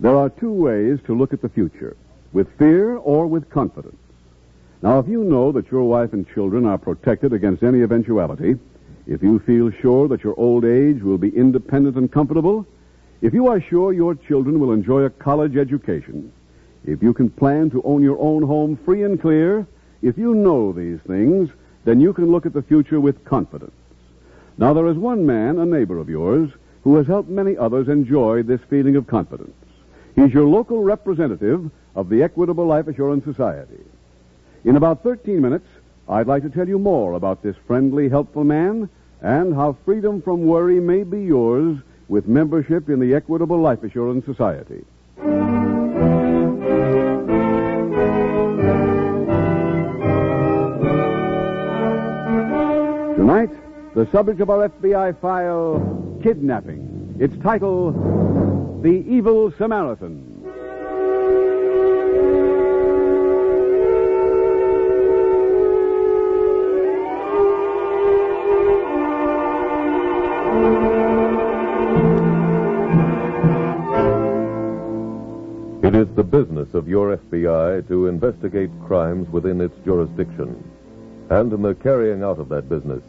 There are two ways to look at the future with fear or with confidence. Now, if you know that your wife and children are protected against any eventuality, if you feel sure that your old age will be independent and comfortable, if you are sure your children will enjoy a college education, if you can plan to own your own home free and clear, if you know these things, then you can look at the future with confidence. Now, there is one man, a neighbor of yours, who has helped many others enjoy this feeling of confidence. He's your local representative of the Equitable Life Assurance Society. In about 13 minutes, I'd like to tell you more about this friendly, helpful man and how freedom from worry may be yours with membership in the Equitable Life Assurance Society. Tonight, the subject of our FBI file, kidnapping. Its title, The Evil Samaritan. It is the business of your FBI to investigate crimes within its jurisdiction. And in the carrying out of that business,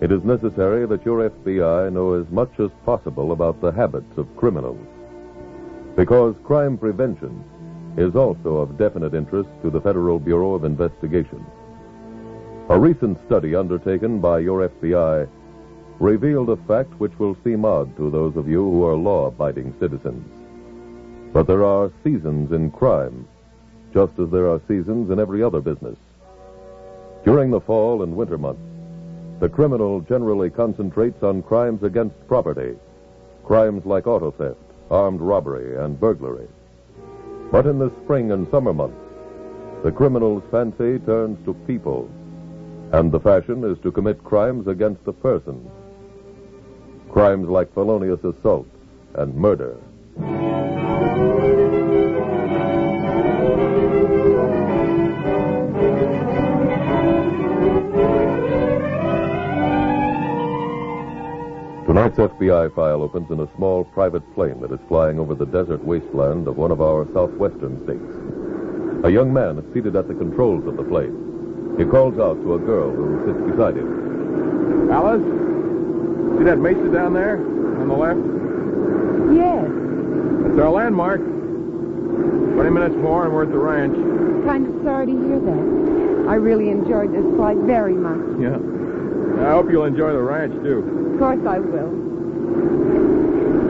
it is necessary that your FBI know as much as possible about the habits of criminals. Because crime prevention is also of definite interest to the Federal Bureau of Investigation. A recent study undertaken by your FBI revealed a fact which will seem odd to those of you who are law abiding citizens. But there are seasons in crime, just as there are seasons in every other business. During the fall and winter months, the criminal generally concentrates on crimes against property, crimes like auto theft, armed robbery, and burglary. But in the spring and summer months, the criminal's fancy turns to people, and the fashion is to commit crimes against the person. Crimes like felonious assault and murder. Tonight's FBI file opens in a small private plane that is flying over the desert wasteland of one of our southwestern states. A young man is seated at the controls of the plane. He calls out to a girl who sits beside him. Alice, see that mesa down there on the left? Yes. That's our landmark. 20 minutes more and we're at the ranch. Kind of sorry to hear that. I really enjoyed this flight very much. Yeah. I hope you'll enjoy the ranch, too. Of course I will.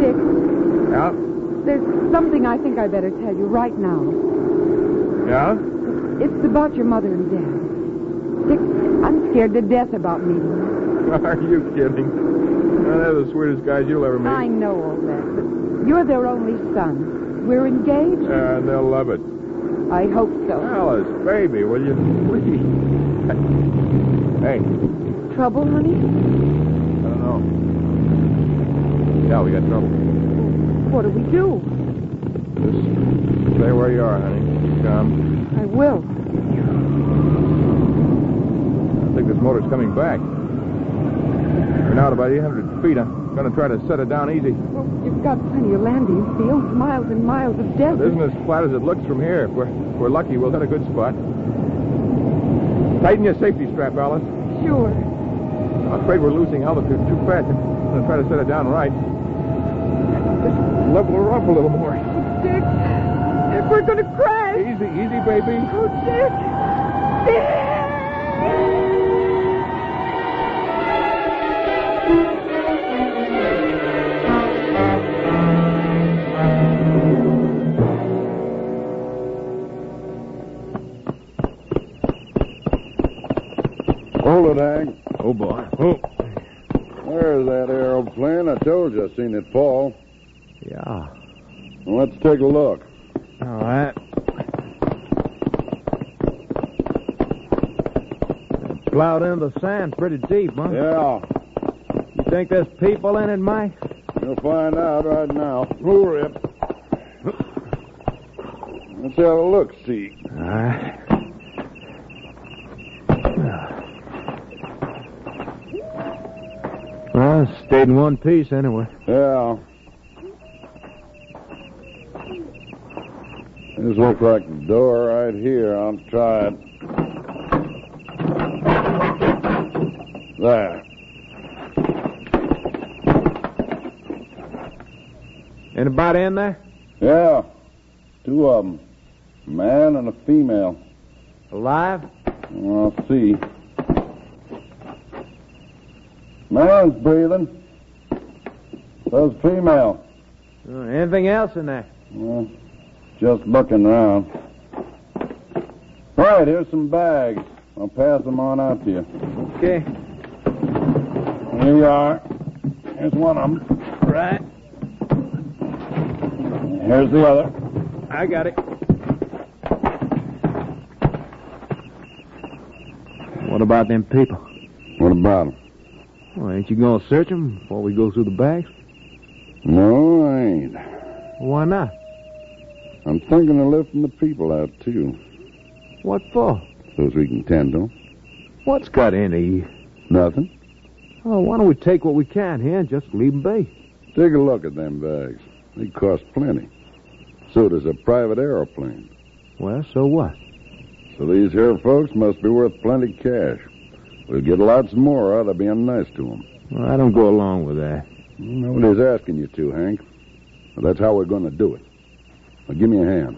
Dick, Yeah? there's something I think I better tell you right now. Yeah? It's about your mother and dad. Dick, I'm scared to death about meeting you. Are you kidding? Well, they're the sweetest guys you'll ever meet. I know all that, but you're their only son. We're engaged? Uh, they'll love it. I hope so. Alice, baby, will you please? Hey, Trouble, I honey? don't know. Yeah, we got trouble. What do we do? Just stay where you are, honey. Um, Come. I will. I think this motor's coming back. We're now at about 800 feet. I'm going to try to set it down easy. Well, you've got plenty of landing fields, miles and miles of It desert. isn't as flat as it looks from here. If we're, if we're lucky, we'll hit a good spot. Tighten your safety strap, Alice. Sure. I'm afraid we're losing altitude too fast. I'm going to try to set it down right. Just level her up a little more. Dick, if we're going to crash. Easy, easy, baby. Oh, Dick. Dick. Hold it, Ag. Oh, boy. Oh. There's that aeroplane. I told you I seen it fall. Yeah. Well, let's take a look. All right. Plowed into the sand pretty deep, huh? Yeah, You think there's people in it, Mike? you'll find out right now. Hurry up. Let's have a look, see. All right. Well, it stayed in one piece anyway. Yeah. This looks like the door right here. I'll try it. There. Anybody in there? Yeah. Two of them. A man and a female. Alive? Well, I'll see. Man's breathing. So's female. Uh, anything else in there? Well, just looking around. All right, here's some bags. I'll pass them on out to you. Okay. Here you are. Here's one of them. Right. Here's the other. I got it. What about them people? What about them? Well, ain't you gonna search them before we go through the bags? No, I ain't. Why not? I'm thinking of lifting the people out, too. What for? Suppose we can tend 'em. What's got any? Nothing. Oh, why don't we take what we can here and just leave 'em be? Take a look at them bags. They cost plenty. So does a private aeroplane. Well, so what? So these here folks must be worth plenty cash. We'll get lots more out of being nice to 'em. Well, I don't go along with that. Nobody's asking you to, Hank. But that's how we're going to do it. Now, give me a hand.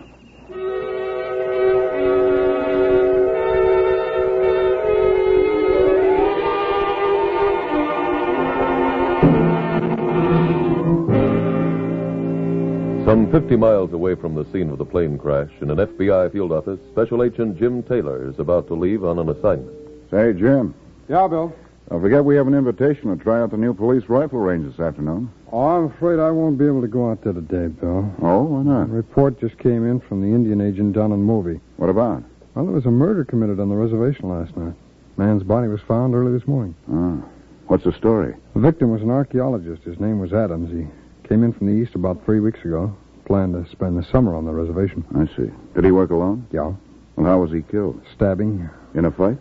Some 50 miles away from the scene of the plane crash, in an FBI field office, Special Agent Jim Taylor is about to leave on an assignment. Say, Jim, Yeah, Bill. don't forget we have an invitation to try out the new police rifle range this afternoon. Oh, I'm afraid I won't be able to go out there today, Bill. Oh, why A not? report just came in from the Indian agent down in Movie. What about? Well, there was a murder committed on the reservation last night. Man's body was found early this morning. Ah, what's the story? The victim was an archaeologist. His name was Adams. He came in from the east about three weeks ago. Planned to spend the summer on the reservation. I see. Did he work alone? Yeah. Well, how was he killed? Stabbing. In a fight?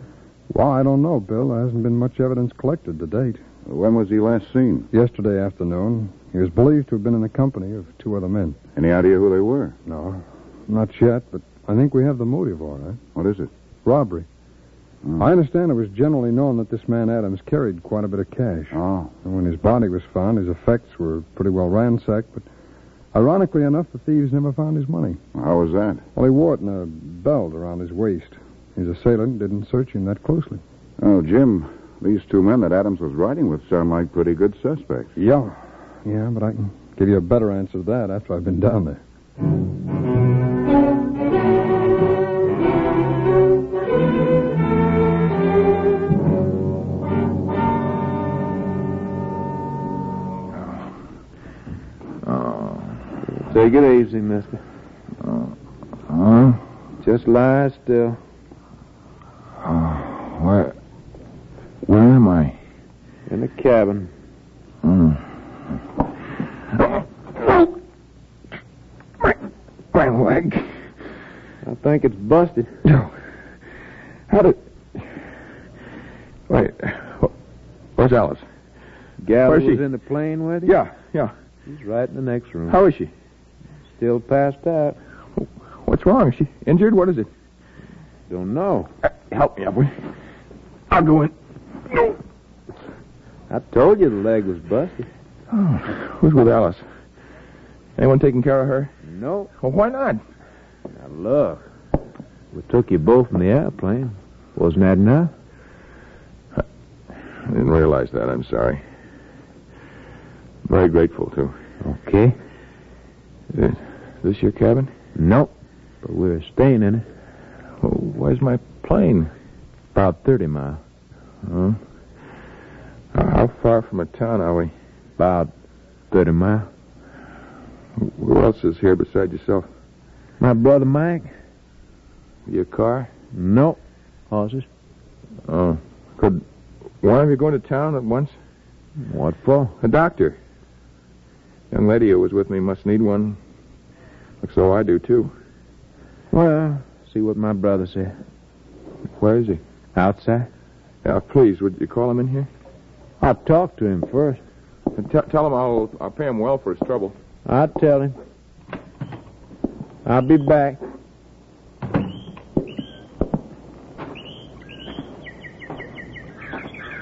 Well, I don't know, Bill. There hasn't been much evidence collected to date. When was he last seen? Yesterday afternoon, he was believed to have been in the company of two other men. Any idea who they were? No, not yet, but I think we have the motive all right. What is it? Robbery. Hmm. I understand it was generally known that this man Adams carried quite a bit of cash. Oh, And when his body was found, his effects were pretty well ransacked, but ironically enough, the thieves never found his money. how was that? Well, he wore it in a belt around his waist. His assailant didn't search him that closely. Oh, Jim, these two men that Adams was riding with sound like pretty good suspects. Yeah. Yeah, but I can give you a better answer to that after I've been down there. Take it easy, mister. Huh? Just lie still. Where? Where am I? In the cabin. Hmm. My leg. I think it's busted. No. How did. Wait. Where's Alice? Gabby Where's she? was in the plane with you? Yeah, yeah. He's right in the next room. How is she? Still passed out. What's wrong? Is she injured? What is it? Don't know. Help me, Edwin. I'll go in. I told you the leg was busted. Oh, who's with Alice? Anyone taking care of her? No. Well, why not? Now look. We took you both in the airplane. Wasn't that enough? I didn't realize that. I'm sorry. Very grateful, too. Okay. Is this your cabin? Nope. But we were staying in it. Oh, where's my plane? About 30 miles. Huh? Uh, How far from a town are we? About 30 miles. Who else is here beside yourself? My brother Mike? Your car? Nope. Horses? Oh. Could one of you go into town at once? What for? A doctor. Young lady who was with me must need one. Looks so I do, too. Well, see what my brother said. Where is he? Outside? Now, please, would you call him in here? I'll talk to him first. T- tell him I'll, I'll pay him well for his trouble. I'll tell him. I'll be back.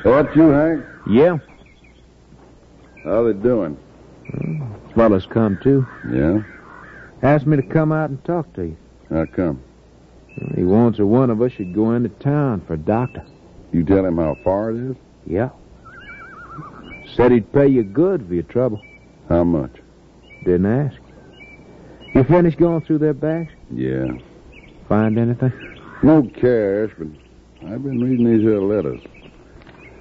That you, Hank? Yeah. How they doing? Fellas come too. Yeah? Asked me to come out and talk to you. How come? He wants that one of us should go into town for a doctor. You tell him how far it is? Yeah. Said he'd pay you good for your trouble. How much? Didn't ask. You finished going through their bags? Yeah. Find anything? No cash, but I've been reading these here letters.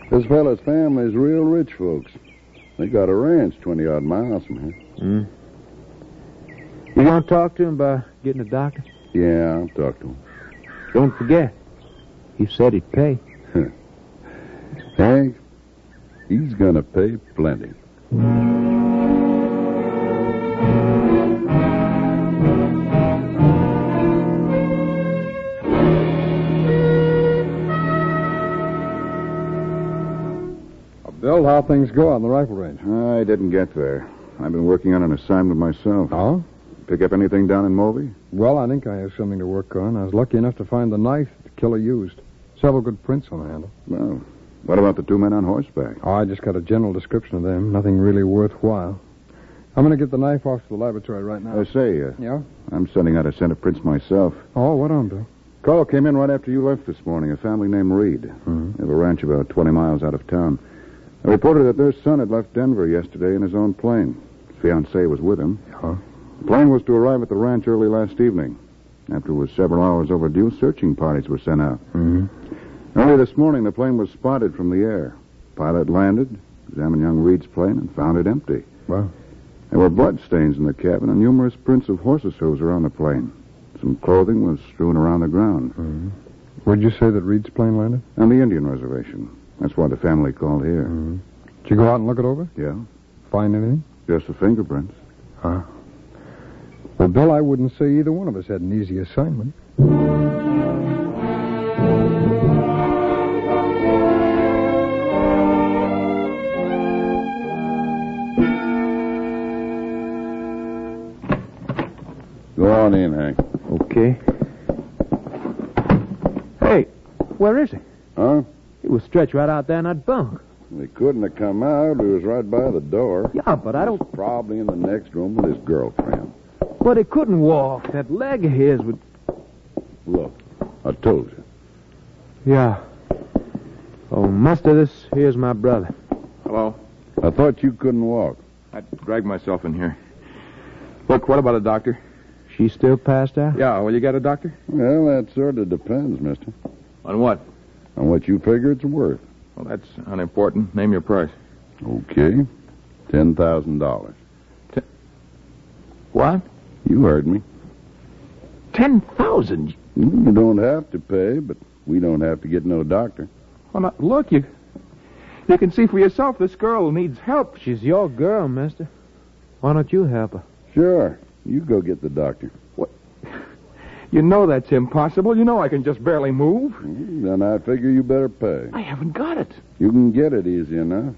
This fella's family's real rich folks. They got a ranch 20 odd miles from here. You want to talk to him about getting a doctor? Yeah, I'll talk to him. Don't forget. He said he'd pay. Hank, he's gonna pay plenty. Bill, how things go on the rifle range? I didn't get there. I've been working on an assignment myself. Oh? Pick up anything down in Mulvey? Well, I think I have something to work on. I was lucky enough to find the knife the killer used. Several good prints on the handle. No. What about the two men on horseback? Oh, I just got a general description of them. Nothing really worthwhile. I'm going to get the knife off to the laboratory right now. I say, uh, yeah? I'm sending out a set of prints myself. Oh, what on, Bill? Call came in right after you left this morning, a family named Reed. Mhm. They have a ranch about 20 miles out of town. They reported that their son had left Denver yesterday in his own plane. His fiancée was with him. Yeah. The plane was to arrive at the ranch early last evening. After it was several hours overdue, searching parties were sent out. Mm-hmm. Early this morning, the plane was spotted from the air. Pilot landed, examined young Reed's plane, and found it empty. Wow. There were bloodstains in the cabin and numerous prints of horses' hooves around the plane. Some clothing was strewn around the ground. Would you say that Reed's plane landed? On the Indian reservation. That's why the family called here. Did you go out and look it over? Yeah, Find anything? just the fingerprints. Well, Bill, I wouldn't say either one of us had an easy assignment. Go on in, Hank. Okay. Hey, where is he? Huh? He was stretched right out there in that bunk. They couldn't have come out. He was right by the door. Yeah, but I don't. Probably in the next room with his girlfriend. But he couldn't walk. That leg of his would. Look, I told you. Yeah. Oh, muster this. Here's my brother. Hello. I thought you couldn't walk. I dragged myself in here. Look, what about a doctor? She still passed out? Yeah, well, you got a doctor? Well, that sort of depends, mister, On what? on what you figure it's worth. Well, that's unimportant. Name your price. Okay. $10,000. What? You heard me. Hmm, Ten thousand? You don't have to pay, but we don't have to get no doctor. Well, now, look, you. You can see for yourself this girl needs help. She's your girl, mister. Why don't you help her? Sure. You go get the doctor. You know that's impossible. You know I can just barely move. Hmm, Then I figure you better pay. I haven't got it. You can get it easy enough.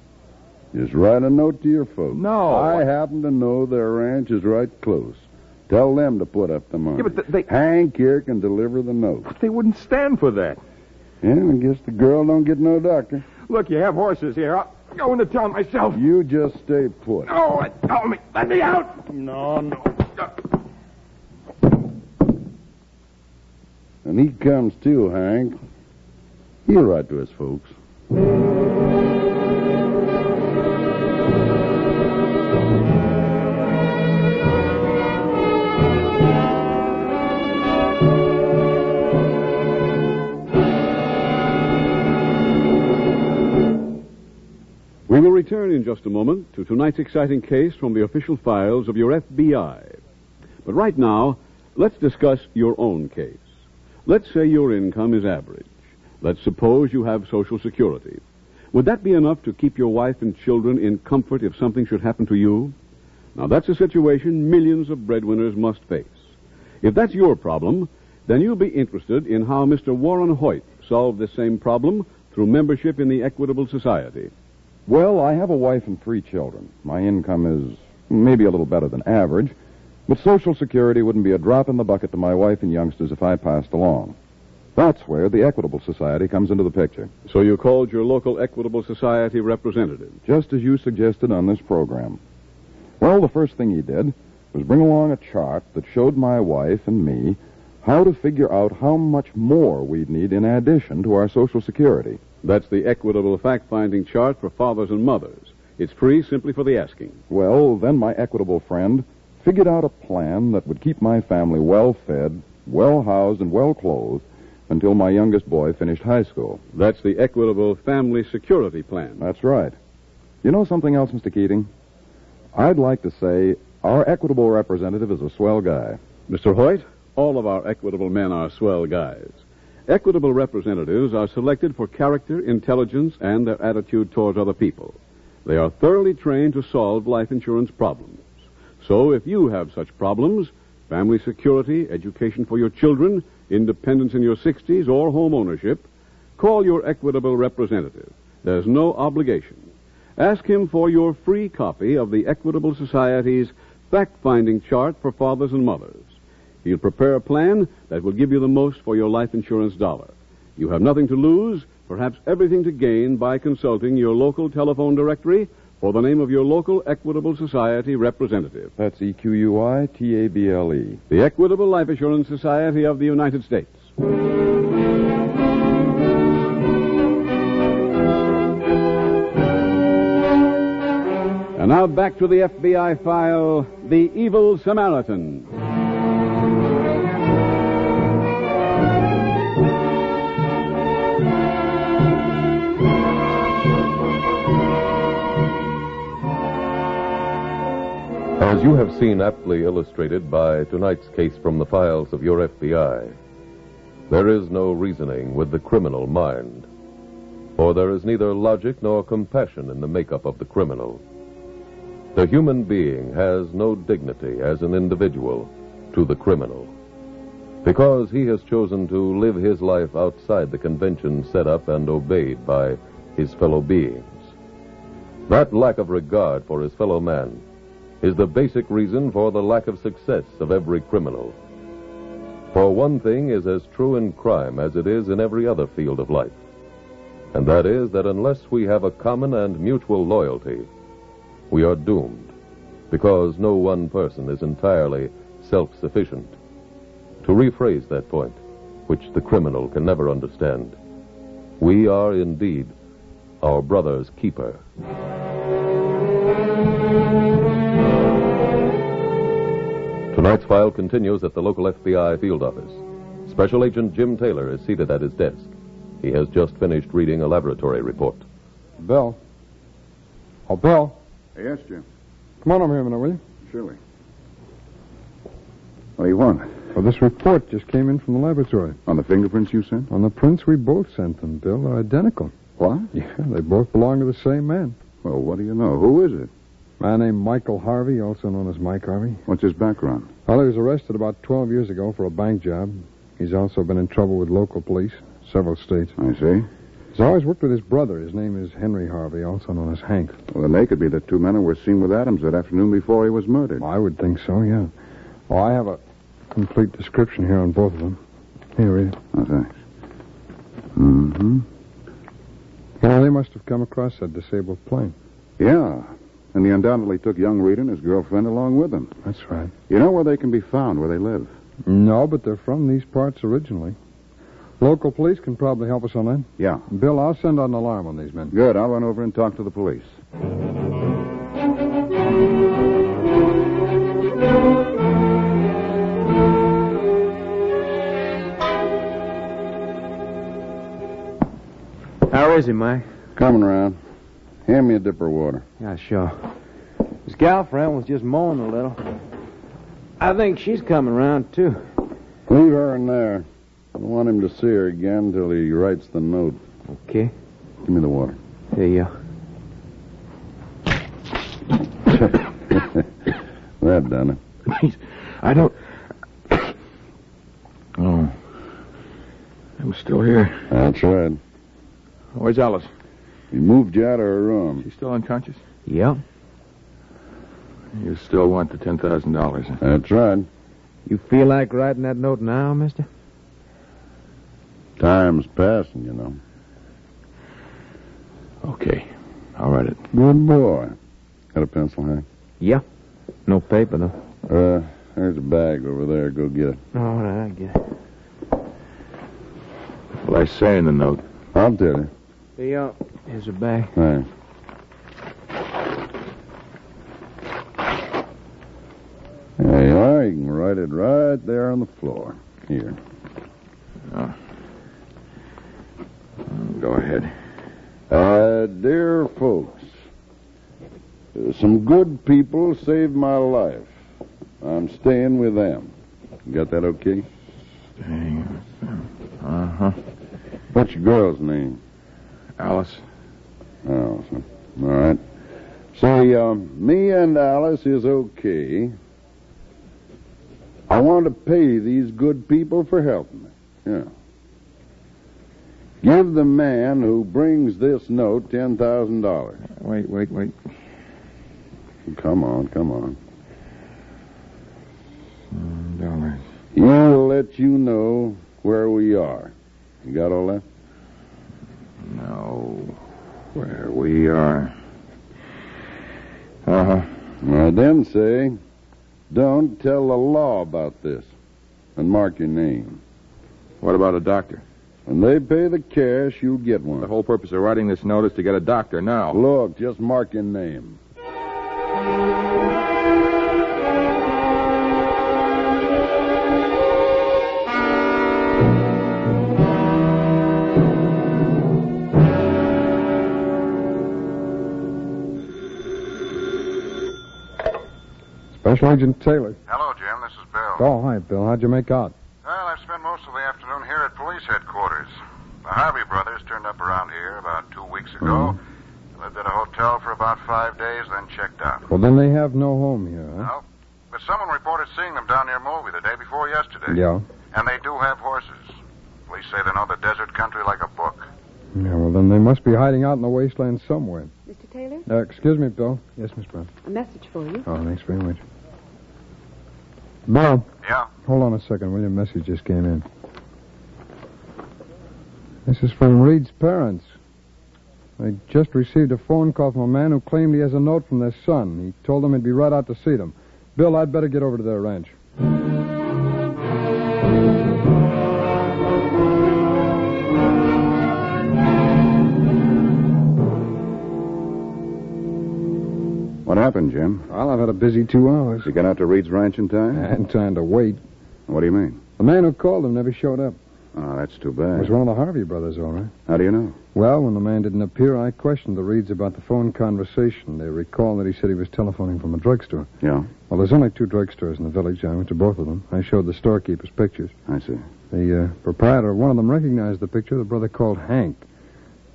Just write a note to your folks. No. I happen to know their ranch is right close. Tell them to put up the money. Yeah, but th- they- Hank here can deliver the note. But they wouldn't stand for that. Yeah, I guess the girl don't get no doctor. Look, you have horses here. I'll go into town myself. You just stay put. No, I- help me. Let me out. No, no. And he comes too, Hank. He'll write to his folks. We will return in just a moment to tonight's exciting case from the official files of your FBI. But right now, let's discuss your own case. Let's say your income is average. Let's suppose you have Social Security. Would that be enough to keep your wife and children in comfort if something should happen to you? Now, that's a situation millions of breadwinners must face. If that's your problem, then you'll be interested in how Mr. Warren Hoyt solved this same problem through membership in the Equitable Society. Well, I have a wife and three children. My income is maybe a little better than average, but Social Security wouldn't be a drop in the bucket to my wife and youngsters if I passed along. That's where the Equitable Society comes into the picture, So you called your local Equitable Society representative. just as you suggested on this program. Well, the first thing he did was bring along a chart that showed my wife and me how to figure out how much more we'd need in addition to our Social Security. That's the Equitable Fact Finding Chart for fathers and mothers. It's free simply for the asking. Well, then my equitable friend figured out a plan that would keep my family well fed, well housed, and well clothed until my youngest boy finished high school. That's the Equitable Family Security Plan. That's right. You know something else, Mr. Keating? I'd like to say our equitable representative is a swell guy. Mr. Hoyt, all of our equitable men are swell guys. Equitable representatives are selected for character, intelligence, and their attitude towards other people. They are thoroughly trained to solve life insurance problems. So if you have such problems, family security, education for your children, independence in your 60s, or home ownership, call your equitable representative. There's no obligation. Ask him for your free copy of the Equitable Society's fact finding chart for fathers and mothers. He'll prepare a plan that will give you the most for your life insurance dollar. You have nothing to lose, perhaps everything to gain by consulting your local telephone directory for the name of your local Equitable Society representative. That's E Q U I T A B L E. The Equitable Life Assurance Society of the United States. And now back to the FBI file The Evil Samaritan. As you have seen aptly illustrated by tonight's case from the files of your FBI, there is no reasoning with the criminal mind, for there is neither logic nor compassion in the makeup of the criminal. The human being has no dignity as an individual to the criminal, because he has chosen to live his life outside the conventions set up and obeyed by his fellow beings. That lack of regard for his fellow man is the basic reason for the lack of success of every criminal. For one thing is as true in crime as it is in every other field of life, and that is that unless we have a common and mutual loyalty, we are doomed because no one person is entirely self sufficient. To rephrase that point, which the criminal can never understand, we are indeed our brother's keeper. Tonight's file continues at the local FBI field office. Special Agent Jim Taylor is seated at his desk. He has just finished reading a laboratory report. Bill. Oh, Bill. Yes, Jim. Come on over here a minute, will you? Surely. What do you want? Well, this report just came in from the laboratory. On the fingerprints you sent? On the prints we both sent them, Bill, they're identical. What? Yeah, they both belong to the same man. Well, what do you know? Who is it? Man named Michael Harvey, also known as Mike Harvey. What's his background? Well, he was arrested about 12 years ago for a bank job. He's also been in trouble with local police, several states. I see. He's always worked with his brother. His name is Henry Harvey, also known as Hank. Well, then they could be the two men who were seen with Adams that afternoon before he was murdered. I would think so, yeah. Well, I have a complete description here on both of them. Here, read it. Oh, thanks. Mm-hmm. Well, they must have come across that disabled plane. Yeah. And he undoubtedly took young Reed and his girlfriend along with him. That's right. You know where they can be found, where they live. No, but they're from these parts originally. Local police can probably help us on that. Yeah. Bill, I'll send out an alarm on these men. Good. I'll run over and talk to the police. How is he, Mike? Coming around. Hand me a dipper of water. Yeah, sure. This gal friend was just mowing a little. I think she's coming round, too. Leave her in there. I don't want him to see her again till he writes the note. Okay. Give me the water. Here you are. That done it. Please, I don't. Oh. I'm still here. That's right. Where's Alice? He moved you out of her room. She's still unconscious? Yep. You still want the $10,000. huh? That's right. You feel like writing that note now, mister? Time's passing, you know. Okay. I'll write it. Good boy. Got a pencil, Hank? Yep. No paper, though. Uh, there's a bag over there. Go get it. All right, I get it. Well, I say in the note. I'll tell you. Here you are. Here's a bag. Thanks. There you are. You can write it right there on the floor. Here. Go ahead. Uh, dear folks, uh, some good people saved my life. I'm staying with them. Got that okay? Uh huh. What's your girl's name? Alice? Oh, so- all right. Say, um, me and Alice is okay. I want to pay these good people for helping me. Yeah. Give the man who brings this note ten thousand dollars. Wait, wait, wait. Come on, come on. Dollars. We'll let you know where we are. You got all that? No. Where we are. Uh huh. I then say, don't tell the law about this, and mark your name. What about a doctor? When they pay the cash, you get The one. whole purpose of writing this note is to get a doctor now. Look, just mark your name. Special Agent Taylor. Hello, Jim. This is Bill. Oh, hi, Bill. How'd you make out? Well, I've spent most of the afternoon here at police headquarters. The Harvey brothers turned up around here about two weeks ago. Lived at a hotel for about five days, then checked out. Well, then they have no home here, huh? No. But someone reported seeing them down near Mulvey the day before yesterday. Yeah. And they do have horses. Police say they know the desert country like a book. Yeah, well, then they must be hiding out in the wasteland somewhere. Mr. Taylor, Uh, excuse me, Bill. Yes, Miss Brown. a message for you. Oh, thanks very much. Bill, Yeah. hold on a second, will you? A message just came in. This is from Reed's parents. They just received a phone call from a man who claimed he has a note from their son. He told them he'd be right out to see them. Bill, I'd better get over to their ranch. What happened, Jim? Well, I've had a busy two hours. You got out to Reed's ranch in I time? hadn't time to wait. What do you mean? The man who called them never showed up. Oh, that's too It was bad. one of the Harvey brothers, all right. How do you know? Well, when the man didn't appear, I questioned the Reeds about the phone conversation. They recall that he said he was telephoning from a drugstore. Yeah, Well, there's only two drugstores in the village. I went to both of them. I showed the storekeepers pictures. I see. The uh, proprietor of one of them recognized the picture. The brother called Hank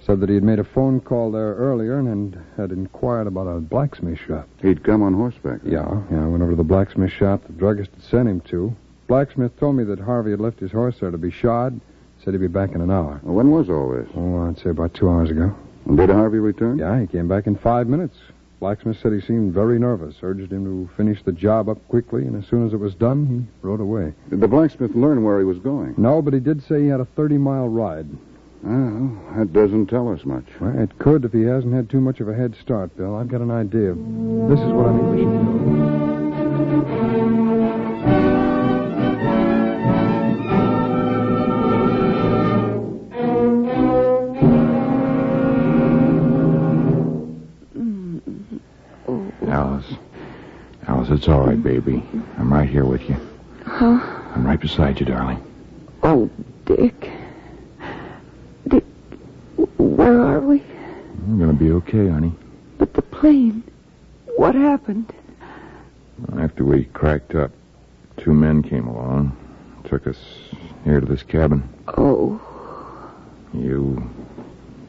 said that he had made a phone call there earlier and had inquired about a blacksmith shop. He'd come on horseback. Yeah, yeah. I went over to the blacksmith shop the druggist had sent him to. Blacksmith told me that Harvey had left his horse there to be shod. Said he'd be back in an hour. Well, When was all this? Oh, I'd say about two hours ago. And Did Harvey return? Yeah, he came back in five minutes. Blacksmith said he seemed very nervous, urged him to finish the job up quickly, and as soon as it was done, he rode away. Did the blacksmith learn where he was going? No, but he did say he had a 30 mile ride. Well, Ah, that doesn't tell us much. Well, it could if he hasn't had too much of a head start, Bill. I've got an idea. This is what I think we should do. Alice. Alice, it's all right, baby. I'm right here with you. Huh? I'm right beside you, darling. Oh, Dick. Dick, where are we? I'm going to be okay, honey. But the plane. What happened? After we cracked up, two men came along, took us here to this cabin. Oh, You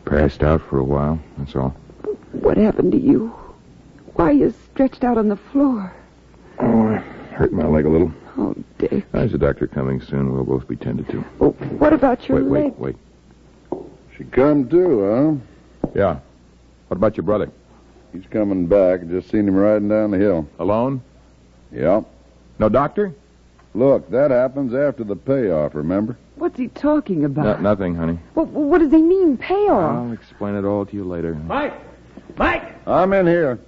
passed out for a while, that's all. what happened to you? Why you stretched out on the floor? Oh, I hurt my leg a little. Oh, Dick. There's a doctor coming soon. We'll both be tended to. Oh, what about your wait, leg? wait, wait. She come to, Yeah. What about your brother? huh? He's coming back. Just seen him riding down the hill. Alone? Yeah. No doctor? Look, that happens after the payoff, remember? What's he talking No, Uh-huh. about? nothing, honey. What, what does he mean, payoff? I'll explain it all to you later. Mike! Mike! I'm in here.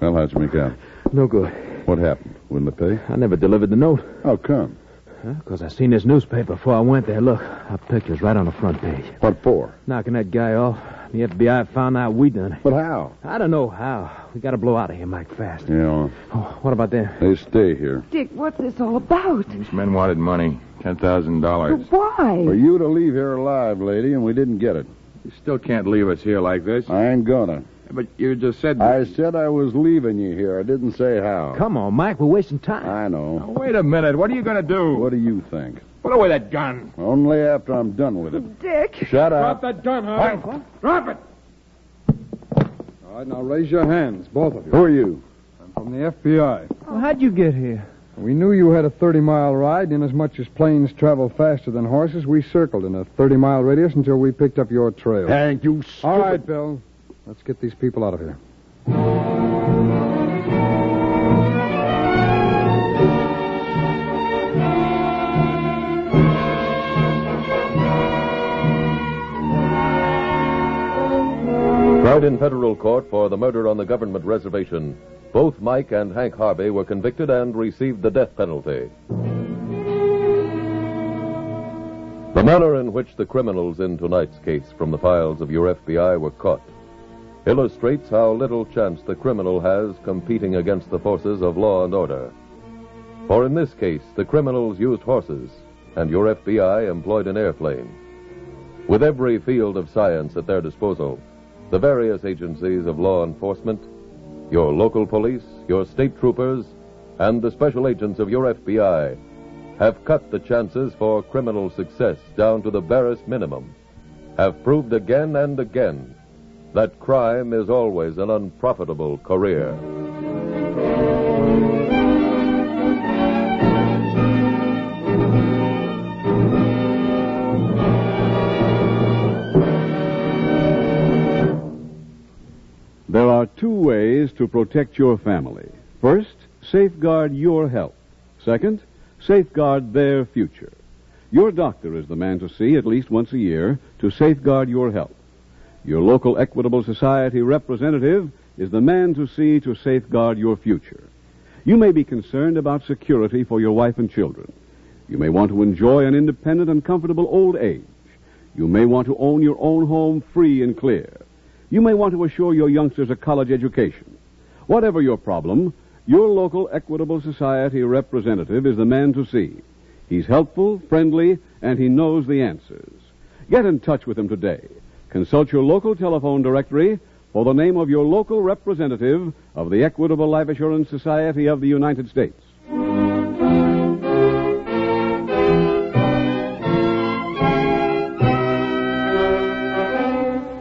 Well, how'd you make out? No good. What happened? Wouldn't it pay? I never delivered the note. How Oh, come? Because I seen this newspaper before I went there. Look, our picture's right on the front page. What for? Knocking that guy off. The FBI found out we done it. But how? I don't know how. We gotta blow out of here, Mike, fast. You know, Oh, what about them? they stay here. Dick, what's this all about? These men wanted money. Ten thousand dollars. For Why? you to leave here alive, lady, and we didn't get it. You still can't leave us here like this. I ain't gonna. But you just said I said I was leaving you here. I didn't say how. Come on, Mike, we're wasting time. I know. Wait a minute. What are you going to do? What do you think? Put away that gun. Only after I'm done with it. Dick. Shut up. that gun, Harvey. Drop it. All right, now raise your hands, both of you. Who are you? From the FBI. Well, how'd you get here? We knew you had a 30 mile ride, and as much as planes travel faster than horses, we circled in a 30 mile radius until we picked up your trail. Hank, you All right, Bill. Let's get these people out of here. Tried in federal court for the murder on the government reservation, both Mike and Hank Harvey were convicted and received the death penalty. The manner in which the criminals in tonight's case from the files of your FBI were caught illustrates how little chance the criminal has competing against the forces of law and order. For in this case, the criminals used horses, and your FBI employed an airplane. With every field of science at their disposal, the various agencies of law enforcement, your local police, your state troopers, and the special agents of your FBI have cut the chances for criminal success down to the barest minimum, have proved again and again that crime is always an unprofitable career. There are two ways to protect your family. First, safeguard your health. Second, safeguard their future. Your doctor is the man to see at least once a year to safeguard your health. Your local Equitable Society representative is the man to see to safeguard your future. You may be concerned about security for your wife and children. You may want to enjoy an independent and comfortable old age. You may want to own your own home free and clear. You may want to assure your youngsters a college education. Whatever your problem, your local Equitable Society representative is the man to see. He's helpful, friendly, and he knows the answers. Get in touch with him today. Consult your local telephone directory for the name of your local representative of the Equitable Life Assurance Society of the United States.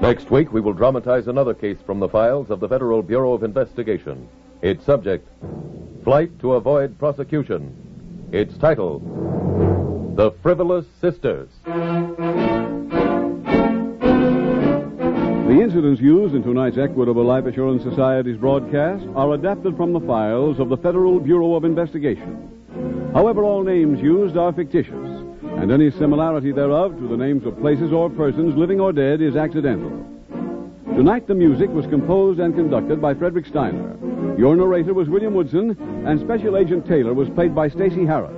Next week, we will dramatize another case from the files of the Federal Bureau of Investigation. Its subject, Flight to Avoid Prosecution. Its title, The Frivolous Sisters. The incidents used in tonight's Equitable Life Assurance Society's broadcast are adapted from the files of the Federal Bureau of Investigation. However, all names used are fictitious, and any similarity thereof to the names of places or persons, living or dead, is accidental. Tonight, the music was composed and conducted by Frederick Steiner. Your narrator was William Woodson, and Special Agent Taylor was played by Stacey Harris.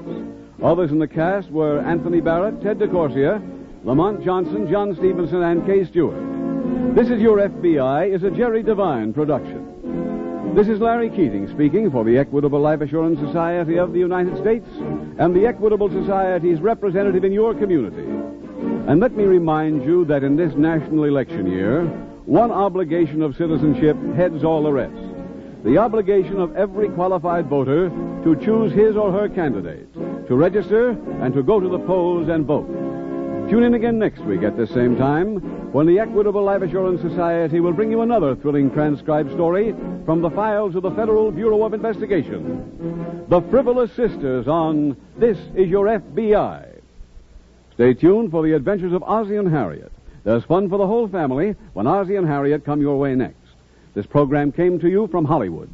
Others in the cast were Anthony Barrett, Ted DeCorsia, Lamont Johnson, John Stevenson, and Kay Stewart. This is Your FBI is a Jerry Devine production. This is Larry Keating speaking for the Equitable Life Assurance Society of the United States and the Equitable Society's representative in your community. And let me remind you that in this national election year, one obligation of citizenship heads all the rest the obligation of every qualified voter to choose his or her candidate, to register, and to go to the polls and vote. Tune in again next week at this same time when the Equitable Life Assurance Society will bring you another thrilling transcribed story from the files of the Federal Bureau of Investigation. The Frivolous Sisters on This Is Your FBI. Stay tuned for the adventures of Ozzie and Harriet. There's fun for the whole family when Ozzie and Harriet come your way next. This program came to you from Hollywood.